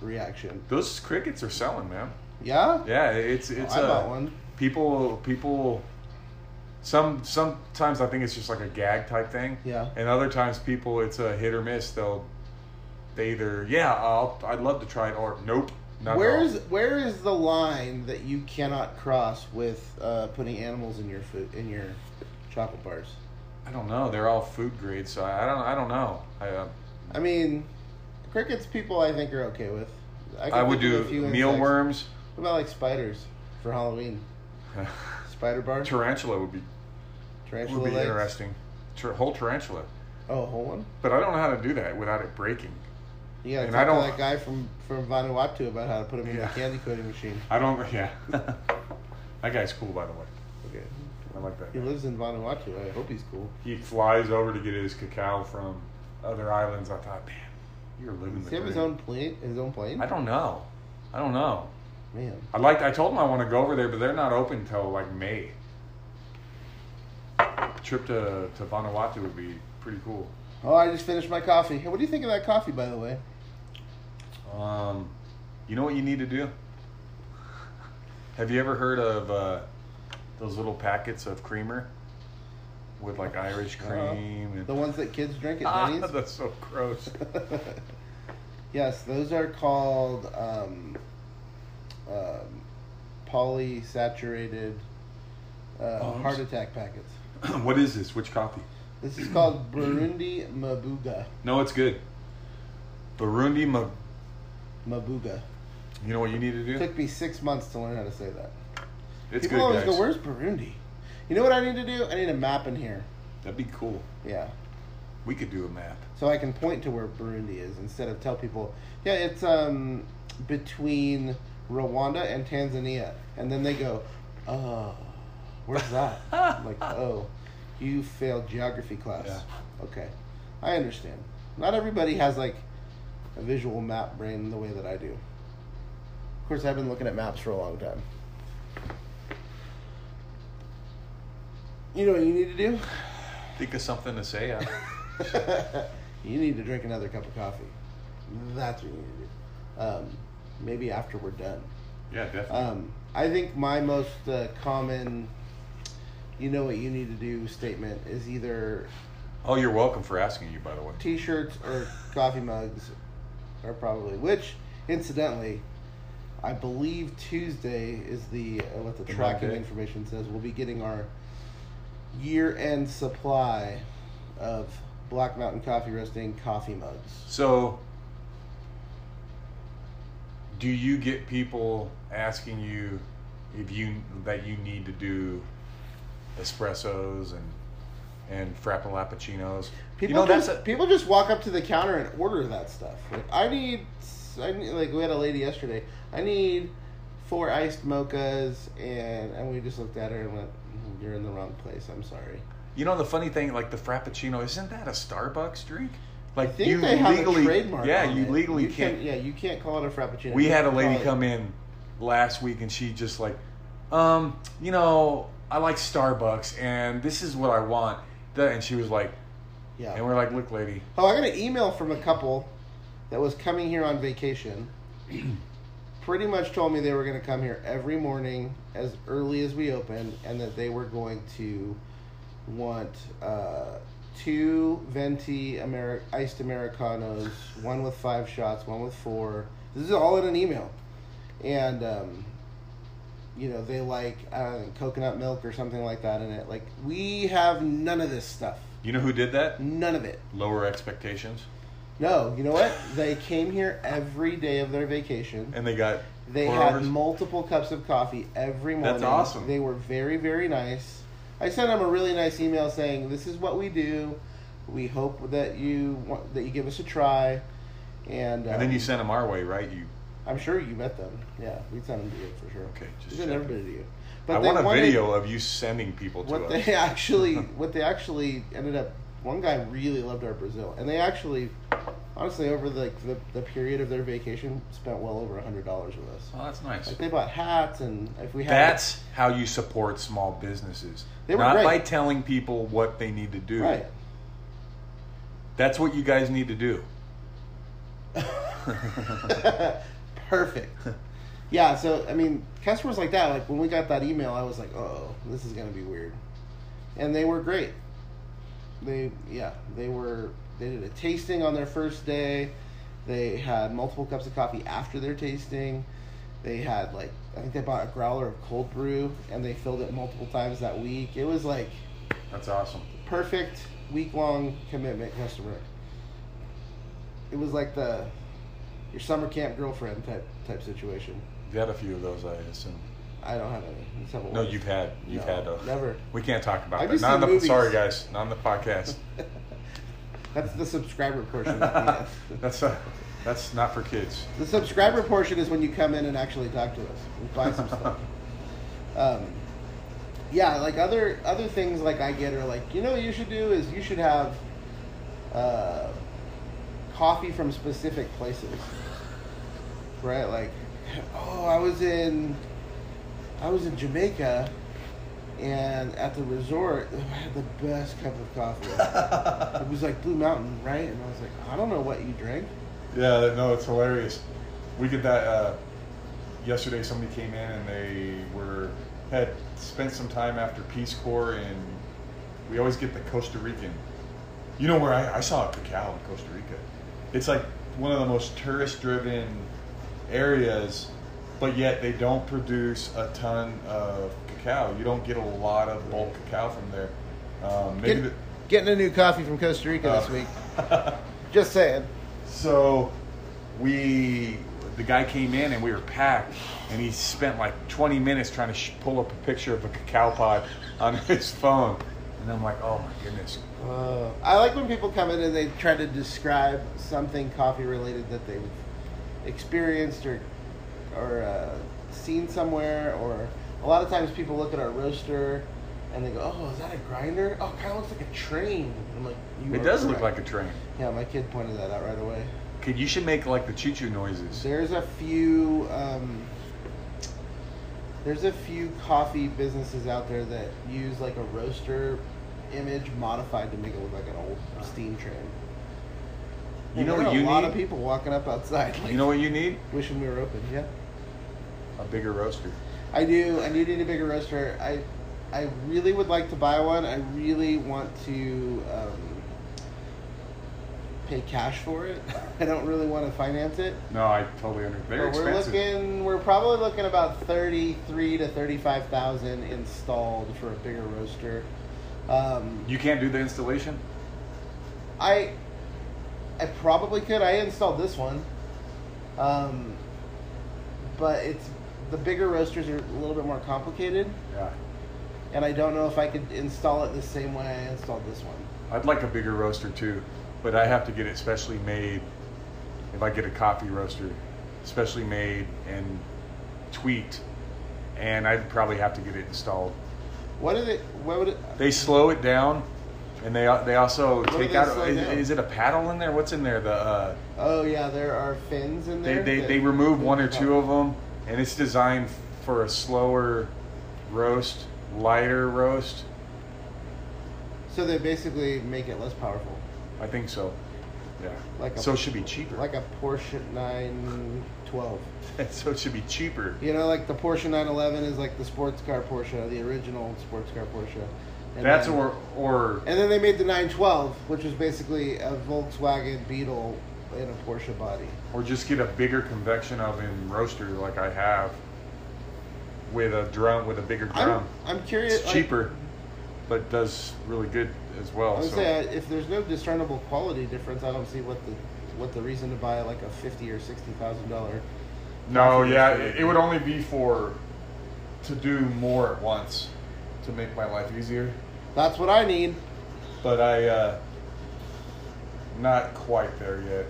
[SPEAKER 1] reaction.
[SPEAKER 2] [LAUGHS] Those crickets are selling, man.
[SPEAKER 1] Yeah,
[SPEAKER 2] Yeah, it's it's
[SPEAKER 1] I
[SPEAKER 2] uh,
[SPEAKER 1] bought one.
[SPEAKER 2] people people some sometimes I think it's just like a gag type thing.
[SPEAKER 1] Yeah.
[SPEAKER 2] And other times people it's a hit or miss. They'll they either yeah I'll I'd love to try it or nope. Not at all."
[SPEAKER 1] Where's where is the line that you cannot cross with uh, putting animals in your food in your chocolate bars?
[SPEAKER 2] I don't know. They're all food grade, so I I don't I don't know. I uh,
[SPEAKER 1] I mean, crickets people I think are okay with. can
[SPEAKER 2] I would
[SPEAKER 1] think
[SPEAKER 2] do
[SPEAKER 1] of a few insects.
[SPEAKER 2] mealworms.
[SPEAKER 1] What about like spiders for Halloween? Spider bar,
[SPEAKER 2] [LAUGHS] tarantula would be
[SPEAKER 1] tarantula
[SPEAKER 2] would be
[SPEAKER 1] legs.
[SPEAKER 2] interesting. Tar- whole tarantula,
[SPEAKER 1] Oh, a whole one.
[SPEAKER 2] but I don't know how to do that without it breaking.
[SPEAKER 1] You gotta
[SPEAKER 2] And
[SPEAKER 1] talk
[SPEAKER 2] I
[SPEAKER 1] to
[SPEAKER 2] don't-
[SPEAKER 1] that guy from from Vanuatu about how to put them in
[SPEAKER 2] Yeah.
[SPEAKER 1] the candy coating machine.
[SPEAKER 2] I don't. [LAUGHS] Yeah, that guy's cool by the way.
[SPEAKER 1] Okay.
[SPEAKER 2] I like that.
[SPEAKER 1] He
[SPEAKER 2] guy.
[SPEAKER 1] lives in Vanuatu. I hope he's cool.
[SPEAKER 2] he flies over to get his cacao from other islands. I thought, man, you're living
[SPEAKER 1] Does
[SPEAKER 2] the
[SPEAKER 1] he have his
[SPEAKER 2] dream."
[SPEAKER 1] own plane? His own plane?
[SPEAKER 2] I don't know. I don't know.
[SPEAKER 1] Man,
[SPEAKER 2] I like. I told him I want to go over there, but they're not open till like May. Trip to to Vanuatu would be pretty cool.
[SPEAKER 1] Oh, I just finished my coffee. Hey, what do you think of that coffee, by the way?
[SPEAKER 2] Um, you know what you need to do? Have you ever heard of uh, those little packets of creamer with like Irish cream and
[SPEAKER 1] Uh-huh. The ones that kids drink
[SPEAKER 2] [LAUGHS]
[SPEAKER 1] at
[SPEAKER 2] ah,
[SPEAKER 1] Denny's?
[SPEAKER 2] that's so gross. [CLEARS THROAT]
[SPEAKER 1] [LAUGHS] yes, those are called um, um, polysaturated uh,
[SPEAKER 2] Oh, I'm
[SPEAKER 1] heart
[SPEAKER 2] s-
[SPEAKER 1] attack packets.
[SPEAKER 2] what is this? Which coffee?
[SPEAKER 1] This is
[SPEAKER 2] [CLEARS THROAT]
[SPEAKER 1] called Burundi Mabuga.
[SPEAKER 2] No, it's good. Burundi, ma-
[SPEAKER 1] Mabuga.
[SPEAKER 2] you know what you need to
[SPEAKER 1] It
[SPEAKER 2] do?
[SPEAKER 1] took me six months to learn how to say that.
[SPEAKER 2] It's
[SPEAKER 1] People always
[SPEAKER 2] good, guys.
[SPEAKER 1] go, "Where's Burundi?" You know what I need to do? I need a map in here.
[SPEAKER 2] That'd be cool.
[SPEAKER 1] Yeah,
[SPEAKER 2] We could do a map.
[SPEAKER 1] so I can point to where Burundi is instead of tell people, "Yeah, it's um between Rwanda and Tanzania," and then they go, "Oh, where's that?" I'm like, "Oh, you failed geography class."
[SPEAKER 2] Yeah.
[SPEAKER 1] Okay, I understand. Not everybody has like a visual map brain the way that I do. Of course, I've been looking at maps for a long time. You know what you need to do?
[SPEAKER 2] Think of something to say. I-
[SPEAKER 1] [LAUGHS] you need to drink another cup of coffee. That's what you need to do. Um, maybe after we're done.
[SPEAKER 2] yeah, definitely.
[SPEAKER 1] Um, I think my most uh, common, you know what you need to do statement is either
[SPEAKER 2] oh, you're welcome for asking you, by the way.
[SPEAKER 1] t-shirts or coffee mugs, are probably which, incidentally, I believe Tuesday is the uh, what the
[SPEAKER 2] The
[SPEAKER 1] tracking
[SPEAKER 2] Monday.
[SPEAKER 1] information says. We'll be getting our year-end supply of Black Mountain Coffee Roasting coffee mugs.
[SPEAKER 2] So, do you get people asking you if you that you need to do espressos and and frappuccinos?
[SPEAKER 1] People
[SPEAKER 2] you know,
[SPEAKER 1] just
[SPEAKER 2] that's a,
[SPEAKER 1] people just walk up to the counter and order that stuff. Like, I need, I need, like we had a lady yesterday. I need four iced mochas, and and we just looked at her and went, "Mm, You're in the wrong place. I'm sorry.
[SPEAKER 2] You know the funny thing, like the Frappuccino, isn't that a Starbucks drink?
[SPEAKER 1] I
[SPEAKER 2] Like
[SPEAKER 1] think
[SPEAKER 2] you
[SPEAKER 1] they have
[SPEAKER 2] legally,
[SPEAKER 1] a trademark.
[SPEAKER 2] yeah,
[SPEAKER 1] on
[SPEAKER 2] you
[SPEAKER 1] it.
[SPEAKER 2] legally
[SPEAKER 1] You
[SPEAKER 2] can't.
[SPEAKER 1] Yeah, you can't call it a frappuccino.
[SPEAKER 2] We
[SPEAKER 1] You
[SPEAKER 2] had a
[SPEAKER 1] can
[SPEAKER 2] lady
[SPEAKER 1] call it-
[SPEAKER 2] come in last week, and she just like, um, you know, I like Starbucks, and this is what I want. The- And she was like,
[SPEAKER 1] Yeah.
[SPEAKER 2] and we're like, look, lady,
[SPEAKER 1] Oh, I got an email from a couple that was coming here on vacation. Pretty much told me they were going to come here every morning as early as we open, and that they were going to want uh, two venti Ameri- iced americanos, one with five shots, one with four. This is all in an email, and um, you know they like I don't know, coconut milk or something like that in it. Like we have none of this stuff,
[SPEAKER 2] you know who did that?
[SPEAKER 1] none of it.
[SPEAKER 2] Lower expectations,
[SPEAKER 1] No, you know what? They came here every day of their vacation.
[SPEAKER 2] and they got
[SPEAKER 1] They
[SPEAKER 2] four
[SPEAKER 1] had
[SPEAKER 2] hours.
[SPEAKER 1] multiple cups of coffee every morning.
[SPEAKER 2] That's awesome.
[SPEAKER 1] They were very, very nice. I sent them a really nice email saying, "This is what we do. We hope that you want, that you give us a try." And, um,
[SPEAKER 2] and then you sent them our way, right? You
[SPEAKER 1] I'm sure you met them. Yeah, we sent them to you for sure.
[SPEAKER 2] okay?
[SPEAKER 1] we
[SPEAKER 2] Just
[SPEAKER 1] sent
[SPEAKER 2] checking.
[SPEAKER 1] everybody to you.
[SPEAKER 2] I
[SPEAKER 1] they
[SPEAKER 2] want a
[SPEAKER 1] wanted-
[SPEAKER 2] video of you sending people to
[SPEAKER 1] what
[SPEAKER 2] us.
[SPEAKER 1] they [LAUGHS]
[SPEAKER 2] [LAUGHS]
[SPEAKER 1] actually what they actually ended up one guy really loved our brazil and they actually honestly over the, like the, the period of their vacation spent well over a hundred dollars with us [LAUGHS]
[SPEAKER 2] Oh, that's nice.
[SPEAKER 1] like they bought hats and if we had
[SPEAKER 2] That's how you support small businesses.
[SPEAKER 1] They were
[SPEAKER 2] Not
[SPEAKER 1] great.
[SPEAKER 2] by telling people what they need to do.
[SPEAKER 1] right
[SPEAKER 2] That's what you guys need to do.
[SPEAKER 1] [LAUGHS] perfect yeah so i mean customers like that like when we got that email i was like oh this is gonna be weird and they were great they yeah they were they did a tasting on their first day they had multiple cups of coffee after their tasting they had like i think they bought a growler of cold brew and they filled it multiple times that week it was like
[SPEAKER 2] That's awesome.
[SPEAKER 1] perfect week-long commitment customer it was like the your summer camp girlfriend type type situation
[SPEAKER 2] You've had a few of those, I assume.
[SPEAKER 1] i don't have any Let's have a
[SPEAKER 2] No,
[SPEAKER 1] wife.
[SPEAKER 2] you've had. You've
[SPEAKER 1] No,
[SPEAKER 2] had. A,
[SPEAKER 1] never
[SPEAKER 2] We can't talk about
[SPEAKER 1] I've
[SPEAKER 2] that.
[SPEAKER 1] just
[SPEAKER 2] Not
[SPEAKER 1] seen
[SPEAKER 2] on the.
[SPEAKER 1] movies.
[SPEAKER 2] Sorry, guys. Not on
[SPEAKER 1] [LAUGHS]
[SPEAKER 2] the podcast.
[SPEAKER 1] [LAUGHS] that's the subscriber portion
[SPEAKER 2] [LAUGHS]
[SPEAKER 1] that we have.
[SPEAKER 2] that's a, That's not
[SPEAKER 1] [LAUGHS]
[SPEAKER 2] for kids.
[SPEAKER 1] The subscriber portion is when you come in and actually talk to us and buy some stuff. Um, yeah, like other other things like I get are like you know what you should do is you should have uh, coffee from specific places, right? Like oh, I was in I was in Jamaica and at the resort I had the best cup of coffee. it was like Blue Mountain, right? And I was like, I don't know what you drank.
[SPEAKER 2] Yeah, no, it's hilarious. We did that uh, yesterday. Somebody came in and they were had spent some time after Peace Corps, and we always get the Costa Rican. You know where I, I saw a cacao in Costa Rica. It's like one of the most tourist-driven areas, but yet they don't produce a ton of cacao. You don't get a lot of bulk cacao from there. Um, maybe
[SPEAKER 1] Get, getting a new coffee from Costa Rica this
[SPEAKER 2] Uh,
[SPEAKER 1] week.
[SPEAKER 2] [LAUGHS] the,
[SPEAKER 1] Just saying.
[SPEAKER 2] So we, the guy came in and we were packed, and he spent like 20 minutes trying to sh- pull up a picture of a cacao pod on [LAUGHS] his phone. And I'm like, oh my goodness.
[SPEAKER 1] Uh, I like when people come in and they try to describe something coffee related that they've experienced or or uh, seen somewhere. Or a lot of times people look at our roaster and they go, "Oh, is that a grinder? Oh, kind of looks like a train." I'm like, you
[SPEAKER 2] It
[SPEAKER 1] are
[SPEAKER 2] does look
[SPEAKER 1] correct."
[SPEAKER 2] like a train.
[SPEAKER 1] Yeah, my kid pointed that out right away.
[SPEAKER 2] Could you should make like the choo choo noises.
[SPEAKER 1] There's a few. Um, there's a few coffee businesses out there that use like a roaster image modified to make it look like an old steam train.
[SPEAKER 2] You know
[SPEAKER 1] There
[SPEAKER 2] what
[SPEAKER 1] are
[SPEAKER 2] you
[SPEAKER 1] a lot
[SPEAKER 2] need?
[SPEAKER 1] of people walking up outside, like,
[SPEAKER 2] You know what you need?
[SPEAKER 1] wishing we were open. Yeah,
[SPEAKER 2] A bigger roaster.
[SPEAKER 1] I do. I do need a bigger roaster. I, I really would like to buy one. I really want to um, pay cash for it. [LAUGHS] I don't really want to finance it.
[SPEAKER 2] No, I totally understand. They're
[SPEAKER 1] But we're
[SPEAKER 2] expensive.
[SPEAKER 1] looking. We're probably looking about thirty-three to thirty-five thousand installed for a bigger roaster. Um,
[SPEAKER 2] You can't do the installation?
[SPEAKER 1] I, I probably could. I installed this one, um, but it's the bigger roasters are a little bit more complicated,
[SPEAKER 2] Yeah.
[SPEAKER 1] and I don't know if I could install it the same way I installed this one.
[SPEAKER 2] I'd like a bigger roaster too, but I have to get it specially made. If I get a coffee roaster, specially made and tweaked, and I'd probably have to get it installed
[SPEAKER 1] What is it? What would it?
[SPEAKER 2] They slow it down, and they they also
[SPEAKER 1] do
[SPEAKER 2] take
[SPEAKER 1] they
[SPEAKER 2] out.
[SPEAKER 1] slow
[SPEAKER 2] Is,
[SPEAKER 1] down?
[SPEAKER 2] is it a paddle in there? What's in there? The uh,
[SPEAKER 1] Oh yeah, there are fins in
[SPEAKER 2] they
[SPEAKER 1] there.
[SPEAKER 2] they,
[SPEAKER 1] that-
[SPEAKER 2] they remove one or two of them, and it's designed for a slower roast, lighter roast.
[SPEAKER 1] So they basically make it less powerful,
[SPEAKER 2] I think so. Yeah.
[SPEAKER 1] Like a-
[SPEAKER 2] so it should be cheaper.
[SPEAKER 1] like a Porsche 912.
[SPEAKER 2] [LAUGHS] so it should be cheaper.
[SPEAKER 1] You know, like the Porsche 911 is like the sports car Porsche, the original sports car Porsche. And
[SPEAKER 2] That's
[SPEAKER 1] then,
[SPEAKER 2] or or
[SPEAKER 1] And then they made the 912, which was basically a Volkswagen Beetle in a Porsche body.
[SPEAKER 2] or just get a bigger convection oven roaster like I have with a drum with a bigger
[SPEAKER 1] I'm,
[SPEAKER 2] drum.
[SPEAKER 1] I'm curious.
[SPEAKER 2] it's
[SPEAKER 1] like,
[SPEAKER 2] cheaper, but does really good as
[SPEAKER 1] I
[SPEAKER 2] well.
[SPEAKER 1] would
[SPEAKER 2] So
[SPEAKER 1] say uh, if there's no discernible quality difference, I don't see what the what the reason to buy like a fifty or sixty thousand dollar.
[SPEAKER 2] no,
[SPEAKER 1] That's
[SPEAKER 2] yeah,
[SPEAKER 1] really
[SPEAKER 2] it, it would only be for to do more at once to make my life easier.
[SPEAKER 1] That's what I need.
[SPEAKER 2] but I uh, not quite there yet.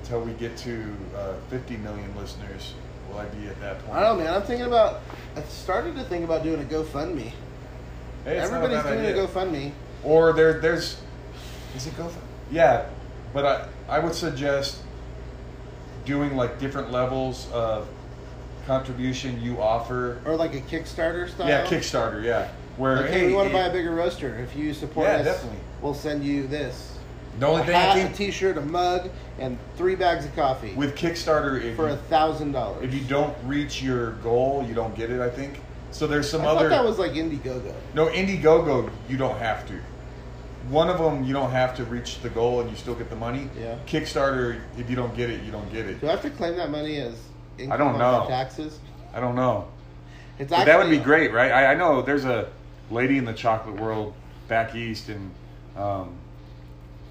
[SPEAKER 2] Until we get to uh, 50 million listeners, will I be at that point?
[SPEAKER 1] I don't know, man. I'm thinking about. I started to think about doing a GoFundMe.
[SPEAKER 2] Hey, it's not a
[SPEAKER 1] Everybody's
[SPEAKER 2] bad
[SPEAKER 1] doing
[SPEAKER 2] idea.
[SPEAKER 1] a GoFundMe.
[SPEAKER 2] Or there, there's. Is it GoFundMe? Yeah, but I I would suggest doing like different levels of contribution you offer.
[SPEAKER 1] or like a Kickstarter style.
[SPEAKER 2] Yeah, Kickstarter. Yeah, where
[SPEAKER 1] Like, hey,
[SPEAKER 2] hey,
[SPEAKER 1] we want to
[SPEAKER 2] it-
[SPEAKER 1] buy a bigger roaster. If you support
[SPEAKER 2] Yeah,
[SPEAKER 1] us,
[SPEAKER 2] definitely.
[SPEAKER 1] we'll send you this.
[SPEAKER 2] the only
[SPEAKER 1] a
[SPEAKER 2] thing I
[SPEAKER 1] hat, a
[SPEAKER 2] think
[SPEAKER 1] T-shirt, a mug, and three bags of coffee
[SPEAKER 2] with Kickstarter, if
[SPEAKER 1] for
[SPEAKER 2] you-
[SPEAKER 1] a thousand
[SPEAKER 2] if
[SPEAKER 1] dollars.
[SPEAKER 2] you don't reach your goal, you don't get it. I think so. There's
[SPEAKER 1] I
[SPEAKER 2] some
[SPEAKER 1] thought
[SPEAKER 2] other
[SPEAKER 1] that was like Indiegogo.
[SPEAKER 2] no Indiegogo. You don't have to. One of them, you don't have to reach the goal, and you still get the money.
[SPEAKER 1] Yeah.
[SPEAKER 2] Kickstarter, if you don't get it, you don't get it.
[SPEAKER 1] Do I have to claim that money as income
[SPEAKER 2] I don't
[SPEAKER 1] on
[SPEAKER 2] know.
[SPEAKER 1] my taxes?
[SPEAKER 2] I don't know.
[SPEAKER 1] It's
[SPEAKER 2] But that would be great, right? I, I know there's a lady in the chocolate world back east, and um,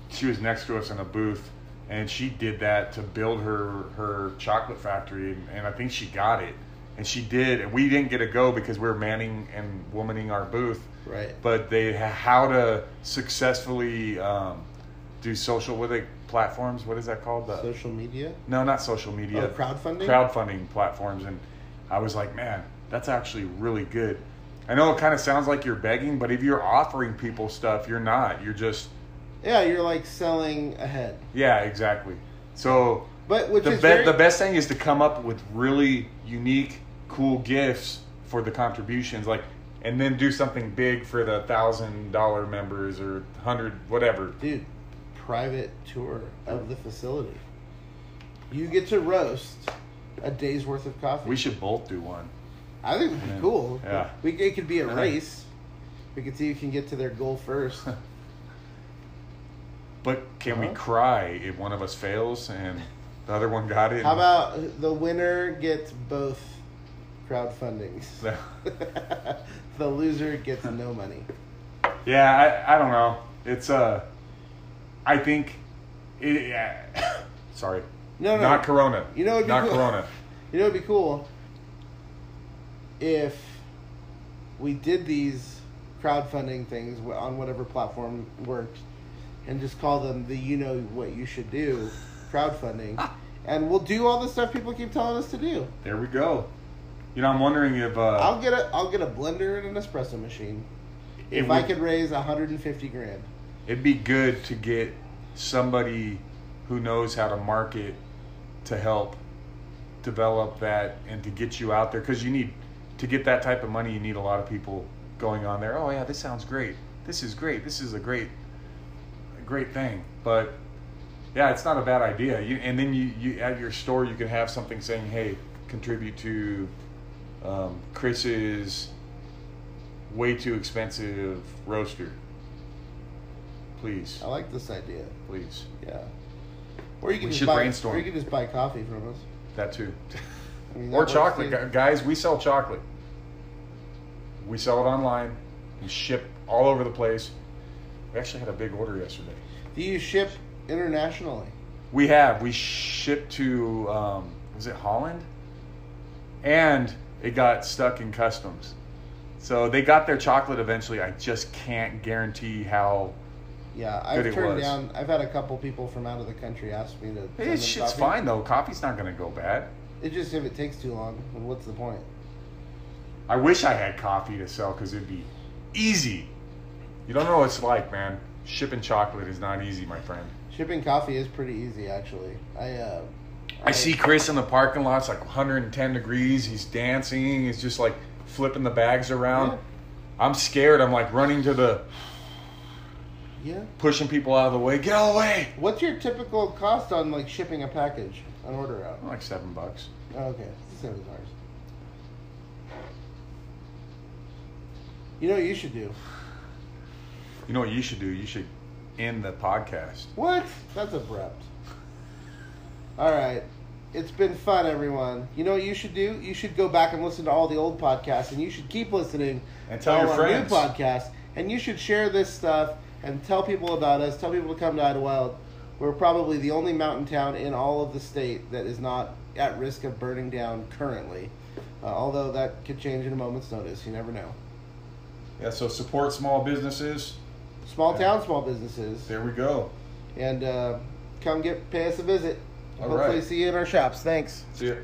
[SPEAKER 2] she was next to us in a booth, and she did that to build her her chocolate factory, and, and I think she got it, and she did, and we didn't get a go because we were manning and womaning our booth,
[SPEAKER 1] Right.
[SPEAKER 2] but they how to successfully um, do social what are they platforms? What is that called? The-
[SPEAKER 1] Social media.
[SPEAKER 2] no, not social media.
[SPEAKER 1] Oh, crowdfunding?
[SPEAKER 2] Crowdfunding platforms. And I was like, man, that's actually really good. I know it kind of sounds like you're begging, but if you're offering people stuff, you're not. You're just,
[SPEAKER 1] Yeah, you're like selling ahead,
[SPEAKER 2] yeah, exactly. So
[SPEAKER 1] but which
[SPEAKER 2] the,
[SPEAKER 1] is
[SPEAKER 2] be-
[SPEAKER 1] very,
[SPEAKER 2] the best thing is to come up with really unique, cool gifts for the contributions. Like, and then do something big for the thousand dollar members or hundred, whatever.
[SPEAKER 1] dude. Private tour of the facility. You get to roast a day's worth of coffee.
[SPEAKER 2] We should both do one.
[SPEAKER 1] I think it'd be
[SPEAKER 2] Yeah.
[SPEAKER 1] cool.
[SPEAKER 2] Yeah.
[SPEAKER 1] We it could be a
[SPEAKER 2] Yeah.
[SPEAKER 1] race. We could see who can get to their goal first.
[SPEAKER 2] [LAUGHS] But can we
[SPEAKER 1] Uh-huh.
[SPEAKER 2] cry if one of us fails and the other one got it?
[SPEAKER 1] How about the winner gets both crowdfundings? [LAUGHS] the loser gets no money.
[SPEAKER 2] yeah, I, I don't know. It's uh, I think, it, yeah. [COUGHS] sorry,
[SPEAKER 1] No, no.
[SPEAKER 2] not Corona.
[SPEAKER 1] You know what'd be
[SPEAKER 2] not
[SPEAKER 1] cool?
[SPEAKER 2] Corona.
[SPEAKER 1] You know, it'd be cool if we did these crowdfunding things wh- on whatever platform works and just call them the you know what you should
[SPEAKER 2] [LAUGHS]
[SPEAKER 1] do crowdfunding. and we'll do all the stuff people keep telling us to do.
[SPEAKER 2] There we go. You know, I'm wondering if uh,
[SPEAKER 1] I'll get a I'll get a blender and an espresso machine.
[SPEAKER 2] it
[SPEAKER 1] If I
[SPEAKER 2] would-
[SPEAKER 1] could raise 150 grand.
[SPEAKER 2] it'd be good to get somebody who knows how to market to help develop that and to get you out there because you need to get that type of money you need a lot of people going on there oh yeah this sounds great this is great this is a great a great thing but yeah it's not a bad idea you, and then you, you at your store you can have something saying hey contribute to um, chris's way too expensive roaster please
[SPEAKER 1] I like this idea.
[SPEAKER 2] please
[SPEAKER 1] Yeah. Or you can
[SPEAKER 2] We
[SPEAKER 1] just
[SPEAKER 2] should
[SPEAKER 1] buy,
[SPEAKER 2] brainstorm.
[SPEAKER 1] Or you can just buy coffee from us.
[SPEAKER 2] That too. [LAUGHS]
[SPEAKER 1] I mean, that
[SPEAKER 2] or
[SPEAKER 1] works,
[SPEAKER 2] chocolate.
[SPEAKER 1] too.
[SPEAKER 2] Gu- Guys, we sell chocolate. We sell it online. We ship all over the place. We actually had a big order yesterday.
[SPEAKER 1] Do you ship internationally?
[SPEAKER 2] We have. We shipped to, um, was it Holland? And it got stuck in customs. So they got their chocolate eventually. I just can't guarantee how.
[SPEAKER 1] Yeah,
[SPEAKER 2] Good it
[SPEAKER 1] I've turned
[SPEAKER 2] was.
[SPEAKER 1] down. I've had a couple people from out of the country ask me to. send them
[SPEAKER 2] It's, shit's
[SPEAKER 1] coffee.
[SPEAKER 2] fine though. Coffee's not going to go bad.
[SPEAKER 1] It's just if it takes too long, then what's the point?
[SPEAKER 2] I wish I had coffee to sell because it'd be easy. You don't know what it's like, man. Shipping chocolate is not easy, my friend.
[SPEAKER 1] Shipping coffee is pretty easy, actually. I uh,
[SPEAKER 2] I see Chris in the parking lot. It's like 110 degrees. He's dancing. He's just like flipping the bags around.
[SPEAKER 1] Yeah.
[SPEAKER 2] I'm scared. I'm like running to the,
[SPEAKER 1] Yeah.
[SPEAKER 2] pushing people out of the way. Get out of the way.
[SPEAKER 1] What's your typical cost on like shipping a package, an order out?
[SPEAKER 2] I'm like seven bucks.
[SPEAKER 1] Oh, okay, it's the same as ours. You know what you should do?
[SPEAKER 2] You know what you should do? You should end the podcast.
[SPEAKER 1] What? That's abrupt. All right. It's been fun, everyone. You know what you should do? You should go back and listen to all the old podcasts, and you should keep listening
[SPEAKER 2] And tell
[SPEAKER 1] to
[SPEAKER 2] your
[SPEAKER 1] all
[SPEAKER 2] friends.
[SPEAKER 1] Our new podcasts, and you should share this stuff and tell people about us. Tell people to come to Idlewild. We're probably the only mountain town in all of the state that is not at risk of burning down currently. Uh, although that could change in a moment's notice. You never know.
[SPEAKER 2] Yeah. So support small businesses.
[SPEAKER 1] Small town, small businesses.
[SPEAKER 2] There we go.
[SPEAKER 1] and uh, come get pay us a visit.
[SPEAKER 2] All
[SPEAKER 1] Hopefully,
[SPEAKER 2] right.
[SPEAKER 1] see you in our shops. Thanks.
[SPEAKER 2] See ya.